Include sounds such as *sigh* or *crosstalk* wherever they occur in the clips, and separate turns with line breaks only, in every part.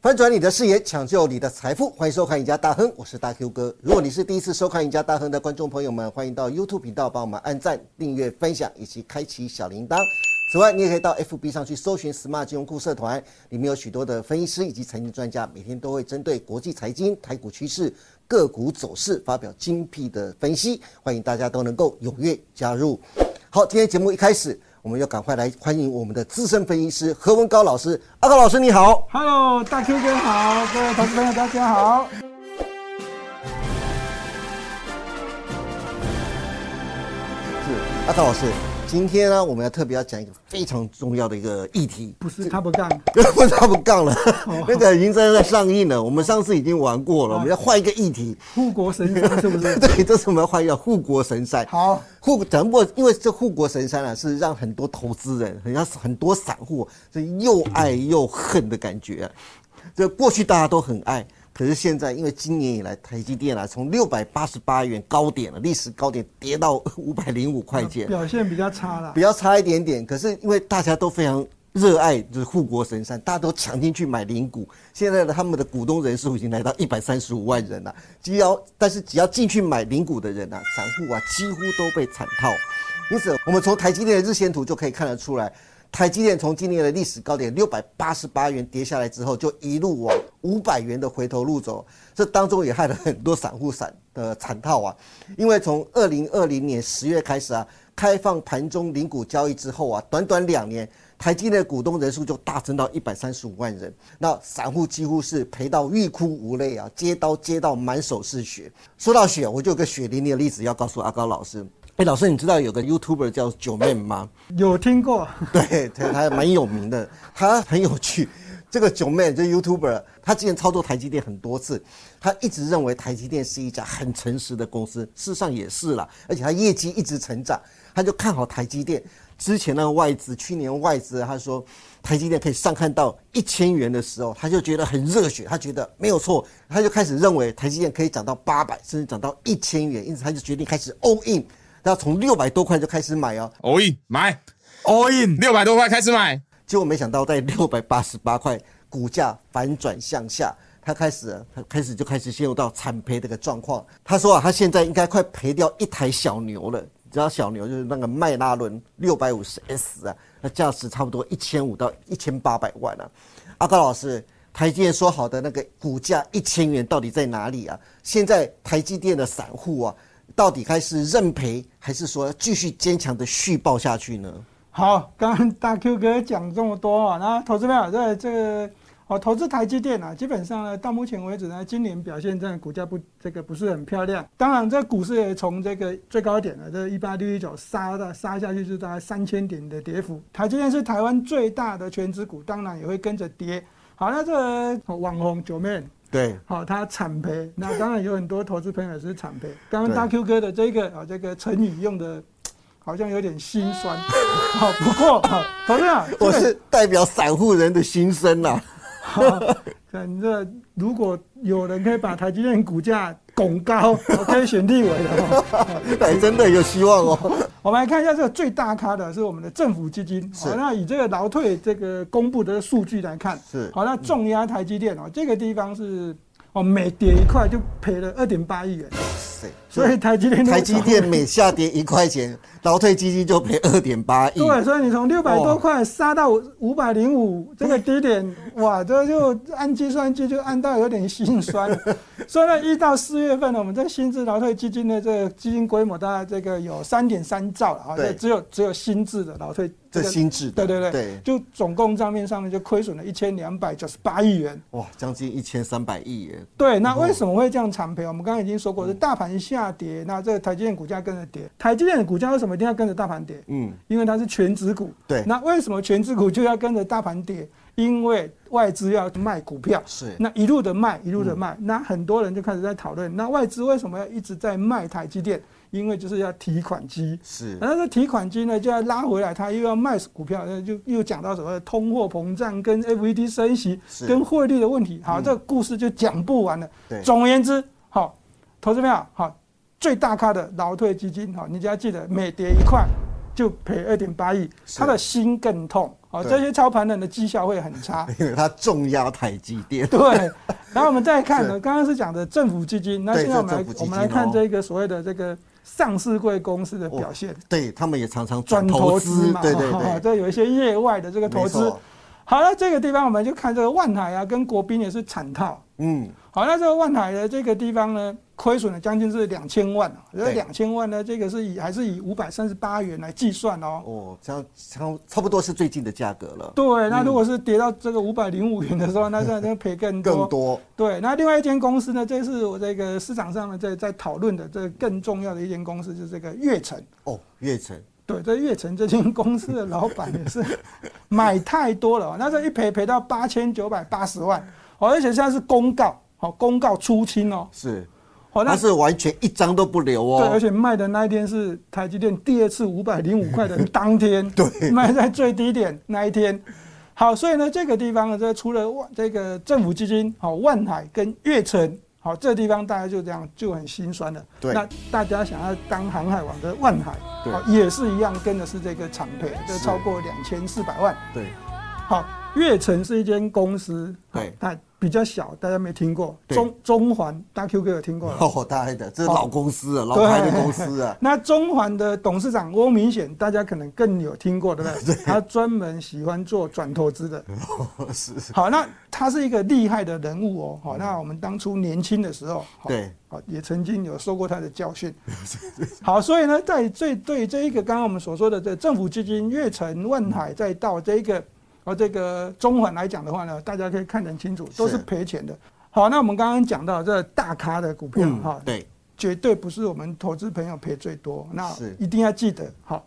翻转你的视野，抢救你的财富，欢迎收看《赢家大亨》，我是大 Q 哥。如果你是第一次收看《赢家大亨》的观众朋友们，欢迎到 YouTube 频道帮我们按赞、订阅、分享以及开启小铃铛。此外，你也可以到 FB 上去搜寻 “Smart 金融库社团”，里面有许多的分析师以及财经专家，每天都会针对国际财经、台股趋势、个股走势发表精辟的分析，欢迎大家都能够踊跃加入。好，今天节目一开始，我们要赶快来欢迎我们的资深分析师何文高老师。阿高老师，你好。
Hello，大 Q 哥好，各位投资朋友大家好。
是阿高老师，今天呢、我们要特别要讲一个非常重要的一个议题，
不是他不干，
不他不杠了，那个已经在在上映了，我们上次已经玩过了，我们要换一个议题。
护国神山是不是？
对，这次我们要换一个护国神山。
好，
护咱不过，因为这护国神山啊，是让很多投资人，很让很多散户是又爱又恨的感觉。这过去大家都很爱，可是现在因为今年以来，台积电啊，从六百八十八元高点了，历史高点跌到五百零五块钱，
表现比较差啦
比。较差一点点，可是因为大家都非常热爱就是护国神山，大家都抢进去买零股。现在的他们的股东人数已经来到一百三十五万人了，只要但是只要进去买零股的人啊，散户啊几乎都被惨套。因此，我们从台积电的日线图就可以看得出来，台积电从今年的历史高点六百八十八元跌下来之后，就一路往五百元的回头路走。这当中也害了很多散户散的惨套啊，因为从二零二零年十月开始啊，开放盘中零股交易之后啊，短短两年，台积电的股东人数就大增到一百三十五万人，那散户几乎是赔到欲哭无泪啊，接刀接到满手是血。说到血，我就有个血淋淋的例子要告诉阿高老师。哎，老师，你知道有个 YouTuber 叫九妹吗？
有听过？
*laughs* 对，他他蛮有名的，他很有趣。这个九妹，这 YouTuber，他之前操作台积电很多次，他一直认为台积电是一家很诚实的公司，事实上也是啦，而且他业绩一直成长，他就看好台积电。之前那个外资，去年外资他说台积电可以上看到一千元的时候，他就觉得很热血，他觉得没有错，他就开始认为台积电可以涨到八百，甚至涨到一千元，因此他就决定开始 all in，那从六百多块就开始买哦，
all in 买
all in
六百多块开始买，
结果没想到在六百八十八块股价反转向下，他开始啊他开始就开始陷入到惨赔的一个状况。他说啊，他现在应该快赔掉一台小牛了。你知道小牛就是那个迈拉伦六百五十 S 啊，那价值差不多一千五到一千八百万啊。阿高老师，台积电说好的那个股价一千元到底在哪里啊？现在台积电的散户啊，到底该是认赔，还是说继续坚强的续报下去呢？
好，刚刚大 Q 哥讲这么多啊，那投资朋友在这个哦，投资台积电啊，基本上呢，到目前为止呢，今年表现真的股价不这个不是很漂亮。当然，这股市也从这个最高点呢，这一八六一九杀的杀下去是大概三千点的跌幅。台积电是台湾最大的全资股，当然也会跟着跌。好，那这个哦网红九妹
对，
好、它惨赔，那当然有很多投资朋友也是惨赔。刚刚大 Q 哥的这个啊、这个成语用的，好像有点心酸。 *laughs* 好、不过啊、投资啊，
我是代表散户人的心声啊啦、
反正如果有人可以把台积电股价拱高，我 *laughs* 可以选立委了、哦。
*laughs* 哎，真的有希望哦。
我们来看一下这个最大咖的是我们的政府基金。
是
好，那以这个劳退这个公布的数据来看，
是嗯
好，那重压台积电哦，这个地方是哦，每跌一块就赔了二点八亿元，所以台积电
台积电每下跌一块钱，劳退基金就赔二点八亿。
对，所以你从六百
哦
多块杀到五百零五这个低点，哇，这就按计算机就按到有点心酸了。所以呢，一到四月份呢，我们这薪资劳退基金的这个基金规模大概这个有三点三兆了啊，
对
这只有只有薪资的劳退
这
个
新制的
对对对，
对
就总共账面上面就亏损了一千两百九十八亿元。
哇，将近一千三百亿耶。
对，那为什么会这样惨赔？我们刚刚已经说过，
嗯
是大盘下跌，那这个台积电股价跟着跌。台积电的股价为什么一定要跟着大盘跌？
嗯，
因为它是全指股。
对
那为什么全指股就要跟着大盘跌？因为外资要卖股票，
是嗯
那一路的卖，一路的卖，那很多人就开始在讨论，那外资为什么要一直在卖台积电？因为就是要提款机。
是
然后这提款机呢就要拉回来，它又要卖股票，那就又讲到什么通货膨胀、跟 FED 升息
是、嗯
跟汇率的问题。好，这个故事就讲不完了。
对
总而言之，好，投资朋友，好，最大咖的劳退基金，好，你只要记得每跌一块就赔二点八亿，
是
他的心更痛。哦，
对
这些操盘人的绩效会很
*laughs*
差。
因为它重压台积电。
对，然后我们再看呢，刚刚是讲的政府基金，那
对
现在我
这
们
政
来
府基
我
金
们来看
哦
这个所谓的这个上市贵公司的表现，
对他们也常常
转
转投
资
资
嘛，，
对对
哦
对，
这有一些业外 *laughs* 的这个投
没
资
错。
好了，这个地方我们就看这个万海啊，跟国宾也是惨套。
嗯，
好，那这个万海的这个地方呢，亏损了将近是两千万啊，这
对
两千万呢，这个是以还是以五百三十八元来计算哦。
哦，这样差差不多是最近的价格了，
对，那如果是跌到这个五百零五元的时候，那这这赔更多。
更多
对，那另外一间公司呢，这是我这个市场上呢在在讨论的这个更重要的一间公司，就是这个悦城。
哦，月成
对，这悦城这间公司的老板也是买太多了哦，那这一赔赔到八千九百八十万，哦，而且现在是公告，哦，公告出清哦，
是，
哦，那
它是完全一张都不留
对，而
哦，
且卖的那一天是台积电第二次五百零五块的当天，
*laughs* 对
卖在最低点那一天。好，所以呢，这个地方呢，这除了万这个政府基金，好、万海跟悦城，好、这地方大家就这样就很心酸了。
对
那大家想要当航海王的万海，
对
好也是一样跟的是这个惨赔，这
是
超过两千四百万。
对，
好，悦城是一间公司，好
对
它比较小，大家没听过。
对
中中环，大 Q 哥有
*laughs*
听过吗？
哦，大概的，这是老公司啊，老牌的公司 *laughs* 啊，
那中环的董事长欧明显，大家可能更有听过，对
*laughs*
不对？他专门喜欢做转投资的。
哦 *laughs* 是，是
好，那他是一个厉害的人物哦。好，那我们当初年轻的时候，
嗯
好
对，
好也曾经有受过他的
*laughs*
教训。好，所以呢，在最对这一个刚刚我们所说的这政府基金、悦城、万海，再到这一个哦这个中环来讲的话呢，大家可以看得很清楚，都是
是
赔钱的。好，那我们刚刚讲到这大咖的股票哈
嗯，，对，
绝对不是我们投资朋友赔最多，那
是
一定要记得，好，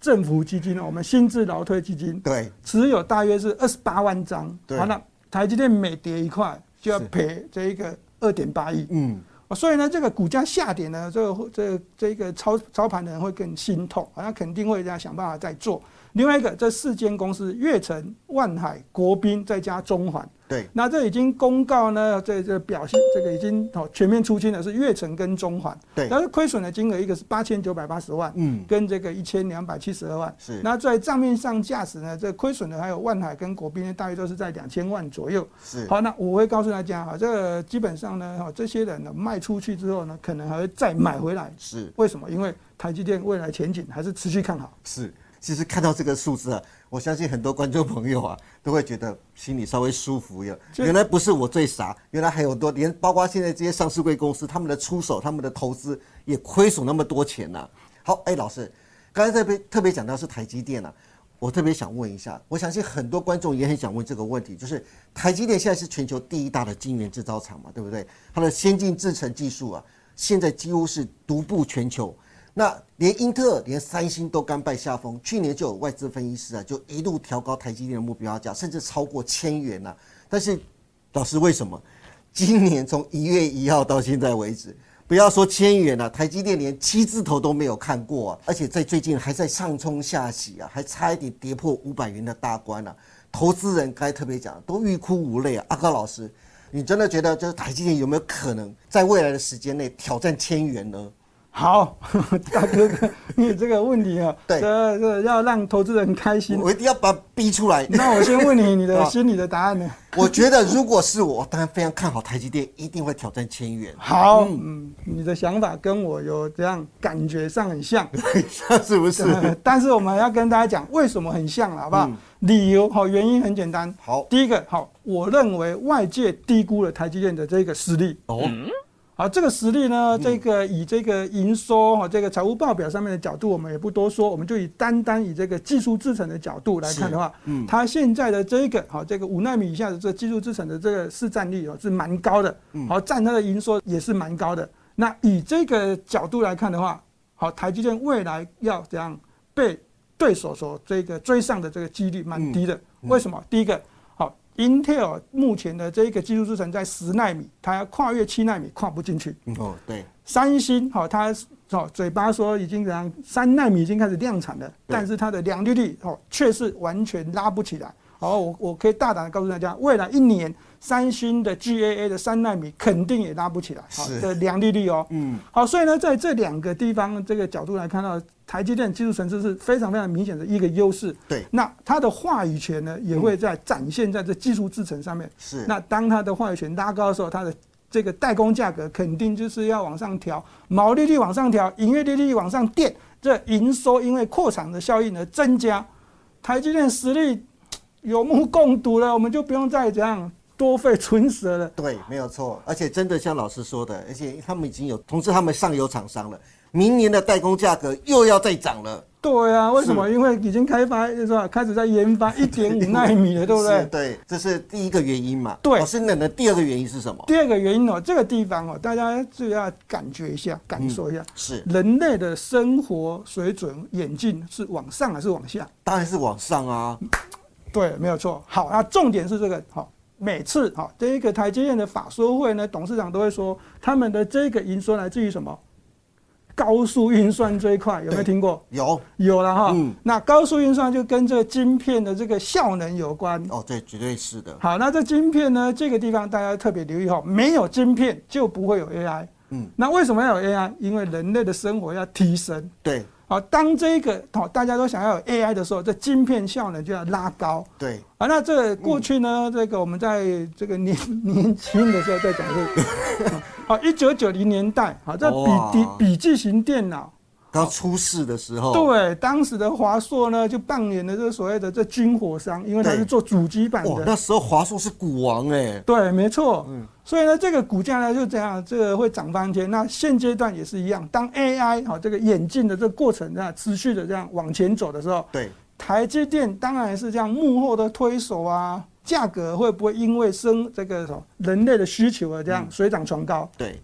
政府基金呢，我们新制劳退基金
对，
持有大约是二十八万张，
对
好，那台积电每跌一块就要
是
赔这一个二点八亿，
嗯，
哦所以呢，这个股价下跌呢，这个这个这一个操操盘的人会更心痛，啊那肯定会这样想办法再做。另外一个，这四间公司，悦城、万海、国宾，再加中环，
对，
那这已经公告呢，这这表现这个已经哦全面出清的是悦城跟中环，
对
但是亏损的金额一个是八千九百八十万，
嗯，
跟这个一千两百七十二万，
是
那在账面上价值呢，这亏损的还有万海跟国宾呢，大约都是在两千万左右。
是，
好，那我会告诉大家哈，这个基本上呢，哈这些人呢卖出去之后呢，可能还会再买回来，
是，
为什么？因为台积电未来前景还是持续看好。
是。其实看到这个数字啊，我相信很多观众朋友啊， *laughs* 都会觉得心里稍微舒服一点。
这
原来不是我最傻，原来还有多，连包括现在这些上市贵公司，他们的出手、他们的投资也亏损那么多钱呐、好，哎，老师，刚才特别特别讲到是台积电啊，我特别想问一下，我相信很多观众也很想问这个问题，就是台积电现在是全球第一大的晶圆制造厂嘛，对不对？它的先进制程技术啊，现在几乎是独步全球。那连英特尔、连三星都甘拜下风。去年就有外资分析师啊，就一路调高台积电的目标价，甚至超过千元呐、但是，老师为什么今年从一月一号到现在为止，不要说千元了、台积电连七字头都没有看过啊！而且在最近还在上冲下洗啊，还差一点跌破五百元的大关啊！投资人该特别讲，都欲哭无泪啊！阿高老师，你真的觉得就是台积电有没有可能在未来的时间内挑战千元呢？
好， *laughs* 大哥哥，你这个问题啊，
对
这这要让投资人开心。
我一定要把它逼出来。
*laughs* 那我先问你，你的
啊
心里的答案呢？
我觉得如果是我，我当然非常看好台积电，一定会挑战千元。
好，嗯，你的想法跟我有这样感觉上很像，
*laughs* 是不是？嗯
呃但是我们要跟大家讲为什么很像了，好不好？理由好，原因很简单。
好
第一个好，我认为外界低估了台积电的这个实力。
哦，
好，这个实力呢，这个以这个营收哈，这个财务报表上面的角度，我们也不多说，我们就以单单以这个技术制程的角度来看的话，嗯，它现在的这个好，这个五纳米以下的这技术制程的这个市占率哦是蛮高的，好，占它的营收也是蛮高的。那以这个角度来看的话，好，台积电未来要怎样被对手所这个追上的这个几率
嗯
蛮低的。为什么？第一个，好，Intel 目前的这个技术制程在十纳米，它要跨越七纳米跨不进去。
嗯哦，对，
三星好，它哦嘴巴说已经怎样，三纳米已经开始量产了，
对
但是它的良率率哦却是完全拉不起来。好，我我可以大胆的告诉大家，未来一年三星的 GAA 的三纳米肯定也拉不起来，好
是
的良率率哦。
嗯，
好，所以呢，在这两个地方这个角度来看到，台积电技术层次是非常非常明显的一个优势。
对
那它的话语权呢，也会在展现在这技术制程上面。
是
那当它的话语权拉高的时候，它的这个代工价格肯定就是要往上调，毛利率往上调，营业利率往上垫，这营收因为扩产的效应而增加。台积电实力有目共睹了，我们就不用再这样多费唇舌了。
对，没有错。而且真的像老师说的，而且他们已经有通知他们上游厂商了，明年的代工价格又要再涨了，
对啊，为什么？因为已经开发是吧？开始在研发一点五纳米了，对不
是
对？
对，这是第一个原因嘛。
对
老师，那那第二个原因是什么？
第二个原因哦，这个地方哦，大家就要感觉一下、感受一下，
是，
人类的生活水准、眼镜是往上还是往下？
当然是往上啊。
对，没有错。好，那重点是这个好。每次好，这一个台积电的法说会呢，董事长都会说，他们的这个营收来自于什么？高速运算这一块有没有
对
听过？
有
有了哈。
嗯
那高速运算就跟这个晶片的这个效能有关。
哦，对，绝对是的。
好，那这晶片呢？这个地方大家特别留意哈，没有晶片就不会有 AI。
嗯，
那为什么要有 AI？因为人类的生活要提升。
对
好，当这个好大家都想要有 AI 的时候，这晶片效能就要拉高。
对，
啊，那这个过去呢，这个我们在这个年年轻的时候在讲这
*laughs*
个，好，一九九零年代，好，这笔
哇
笔笔记型电脑，
刚出事的时候，
对，当时的华硕呢就扮演了这所谓的这军火商，因为它
对
是做主机板
哇，
的，
那时候华硕是股王哎、
对，没错。所以呢，这个股价呢就这样，这个会涨翻天。那现阶段也是一样，当 AI 好、这个演进的这个过程啊，持续的这样往前走的时候，
对，
台积电当然是这样幕后的推手啊。价格会不会因为生这个什么人类的需求啊而这样水涨船高？
对，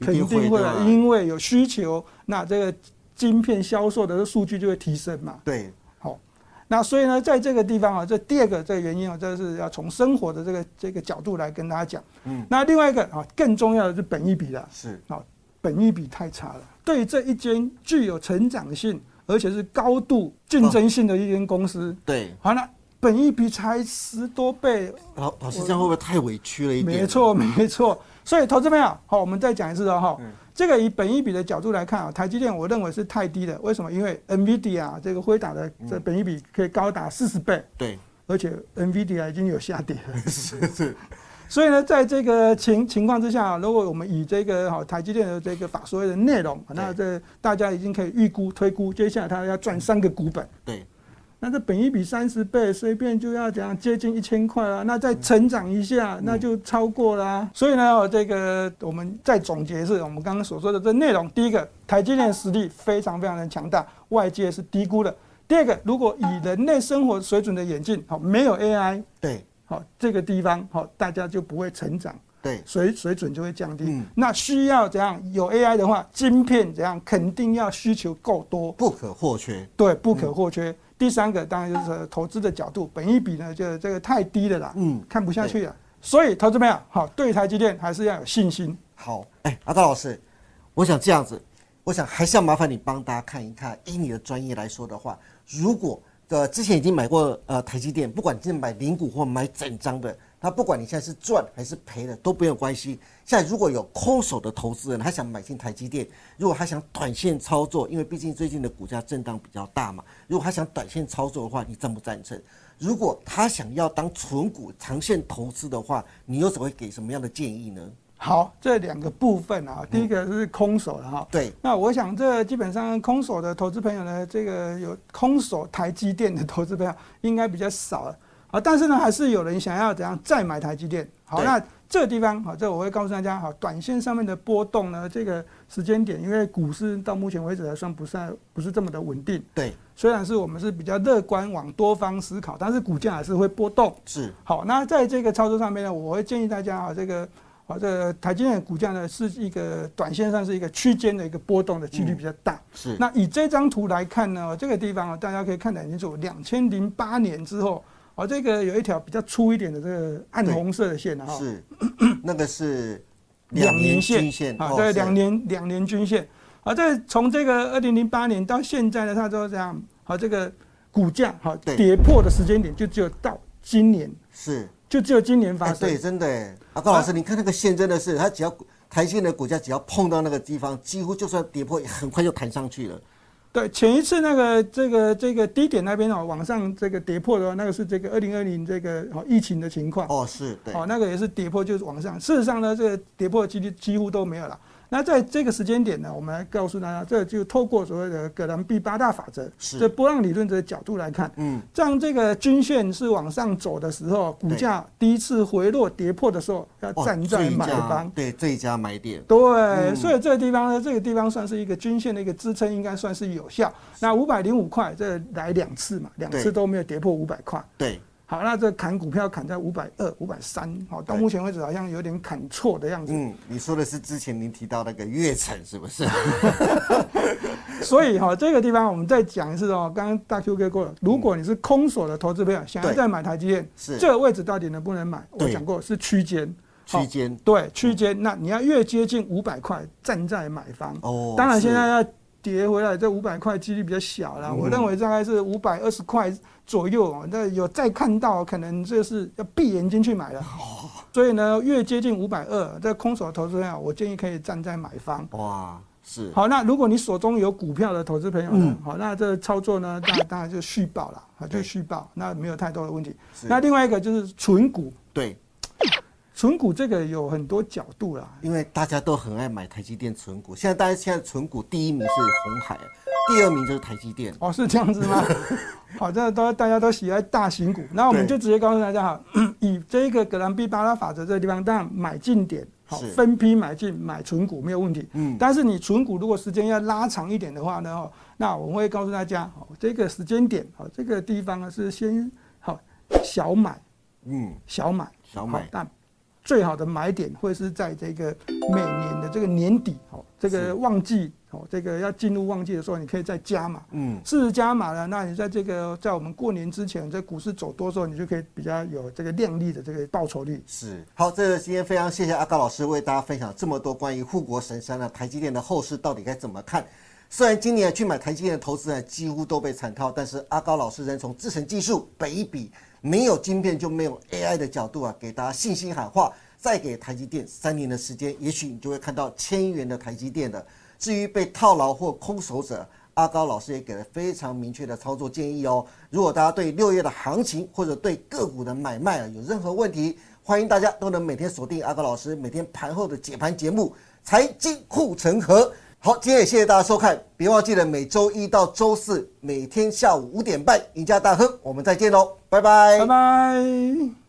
肯嗯定会
的
啊，
啊
因为有需求，那这个晶片销售的数据就会提升嘛。
对
好，那所以呢，在这个地方啊，这第二个这个原因啊，这是要从生活的这个这个角度来跟大家讲。
嗯，
那另外一个啊，更重要的是本益比了。
是，
啊，本益比太差了。对于这一间具有成长性而且是高度竞争性的一间公司，
对。
好了，本益比才十多倍，
老老师这样会不会太委屈了一点？
没，错，没错。所以，投资朋友，好，我们再讲一次哦，哈、这个以本益比的角度来看啊，台积电我认为是太低了。为什么？因为 NVIDIA 这个辉达的这本益比可以高达四十倍，
对，
而且 NVIDIA 已经有下跌了。是是。所以呢，在这个情情况之下，如果我们以这个好台积电的这个法说会的内容，那这大家已经可以预估推估，接下来它要赚三个股本。
对，
那这本一比三十倍，随便就要怎样接近一千块啊，那再成长一下，那就超过啦、所以呢，哦这个我们再总结是我们刚刚所说的这内容。第一个，台积电实力非常非常的强大，外界是低估的。第二个，如果以人类生活水准的演进，好，没有 AI，
对，
好，这个地方好，大家就不会成长，
对，
水水准就会降低。
嗯
那需要怎样有 AI 的话，晶片怎样肯定要需求够多，
不可或缺。
对，不可或缺。第三个当然就是投资的角度，本一比呢，就这个太低了啦，
嗯
看不下去了。所以投资朋友，好，对台积电还是要有信心。
好，哎、阿道老师，我想这样子，我想还是要麻烦你帮大家看一看，以你的专业来说的话，如果呃之前已经买过呃台积电，不管你是买零股或买整张的，那不管你现在是赚还是赔的都没有关系。现在如果有空手的投资人，他想买进台积电，如果他想短线操作，因为毕竟最近的股价震荡比较大嘛，如果他想短线操作的话，你赞不赞成？如果他想要当纯股长线投资的话，你又怎么会给什么样的建议呢？
好，这两个部分啊，第一个是空手了哈。
对，
那我想这基本上空手的投资朋友呢，这个有空手台积电的投资朋友应该比较少了啊，但是呢，还是有人想要怎样再买台积电。好，
对
那这个地方好，这我会告诉大家，好，短线上面的波动呢，这个时间点，因为股市到目前为止还算不算不是这么的稳定，
对，
虽然是我们是比较乐观往多方思考，但是股价还是会波动。
是，
好，那在这个操作上面呢，我会建议大家啊，这个啊，这个台积电的股价呢是一个短线上是一个区间的一个波动的几率比较大。
是，
那以这张图来看呢，这个地方啊，大家可以看得很清楚，两千零八年之后。啊，这个有一条比较粗一点的这个暗红色的线啊，哈
是，那个是均线
啊，
哦
对，
是
两年两年均线啊，这从这个二零零八年到现在呢，它都这样，好，这个股价好
对
跌破的时间点就只有到今年，
是，
就只有今年发
哎，
生
对，。真的哎，阿
啊
高老师，你看那个线真的是，它只要台积电的股价只要碰到那个地方，几乎就算跌破，很快就弹上去了。
对，前一次那个这个这个低点那边哦，往上这个跌破的话，那个是这个二零二零这个哦疫情的情况，
哦，是对，
哦，那个也是跌破就是往上。事实上呢，这个跌破几率几乎都没有了。那在这个时间点呢，我们来告诉大家，这就透过所谓的葛兰碧八大法则，
是
这波浪理论的角度来看，
嗯，
当这个均线是往上走的时候，股价第一次回落跌破的时候，要
哦
站在
最
买
佳
方。
对最佳买点，
对，
嗯
所以这个地方呢，这个地方算是一个均线的一个支撑，应该算是有效。那五百零五块，这来两次嘛，两次
对
都没有跌破五百块。
对，
好，那这砍股票砍在五百二、五百三，好，到
对
目前为止好像有点砍错的样子。
嗯，你说的是之前您提到那个月城是不
*laughs*
是？
所以哈、这个地方我们再讲一次哦。刚刚大 Q 哥过了，如果你是空手的投资朋友，想要
对
再买台积电，
是
这个位置到底能不能买？我
对
讲过是区间。好
区间
对区间，那你要越接近五百块，站在买方。
哦
当然现
是嗯
在要跌回来，这五百块几率比较小啦。我认为大概是五百二十块左右哦。那有再看到，可能这是要闭眼睛去买了。
哦
所以呢，越接近五百二，这空手投资人啊，我建议可以站在买方。
哇，是
好，那如果你手中有股票的投资朋友呢？
嗯
好，那这操作呢，当当然就续报了，啊，就
对
续报，那没有太多的问题。
是
那另外一个就是纯股，
对，
纯股这个有很多角度啦。
因为大家都很爱买台积电存股，现在大家现在存股第一名是红海，第二名就是台积电，
哦，是这样子
*laughs*
吗？好，这都大家都喜爱大型股，那我们
对
就直接告诉大家哈， *clears throat* 以这个格兰碧巴拉法则这个地方，当然买进点好
是
分批买进买纯股没有问题。
嗯
但是你纯股如果时间要拉长一点的话呢，哦，那我们会告诉大家，哦，这个时间点，哦，这个地方呢是先好小买
嗯，
小买
小买
好但最好的买点会是在这个每年的这个年底，哦，这
是
个旺季，哦，这个要进入旺季的时候，你可以再加码。
嗯，
四十加码了，那你在这个在我们过年之前，在股市走多的时候，你就可以比较有这个亮丽的这个报酬率。
是好，这个今天非常谢谢阿高老师为大家分享这么多关于护国神山啊，台积电的后市到底该怎么看。虽然今年去买台积电的投资人几乎都被惨套，但是阿高老师仍从制程技术、北一比没有晶片就没有 AI 的角度啊，给大家信心喊话，再给台积电三年的时间，也许你就会看到千元的台积电的。至于被套牢或空手者，阿高老师也给了非常明确的操作建议哦。如果大家对六月的行情或者对个股的买卖啊有任何问题，欢迎大家都能每天锁定阿高老师每天盘后的解盘节目《财经护城河》。好，今天也谢谢大家收看，别忘记了每周一到周四每天下午五点半，赢家大亨，我们再见喽，拜拜
拜拜。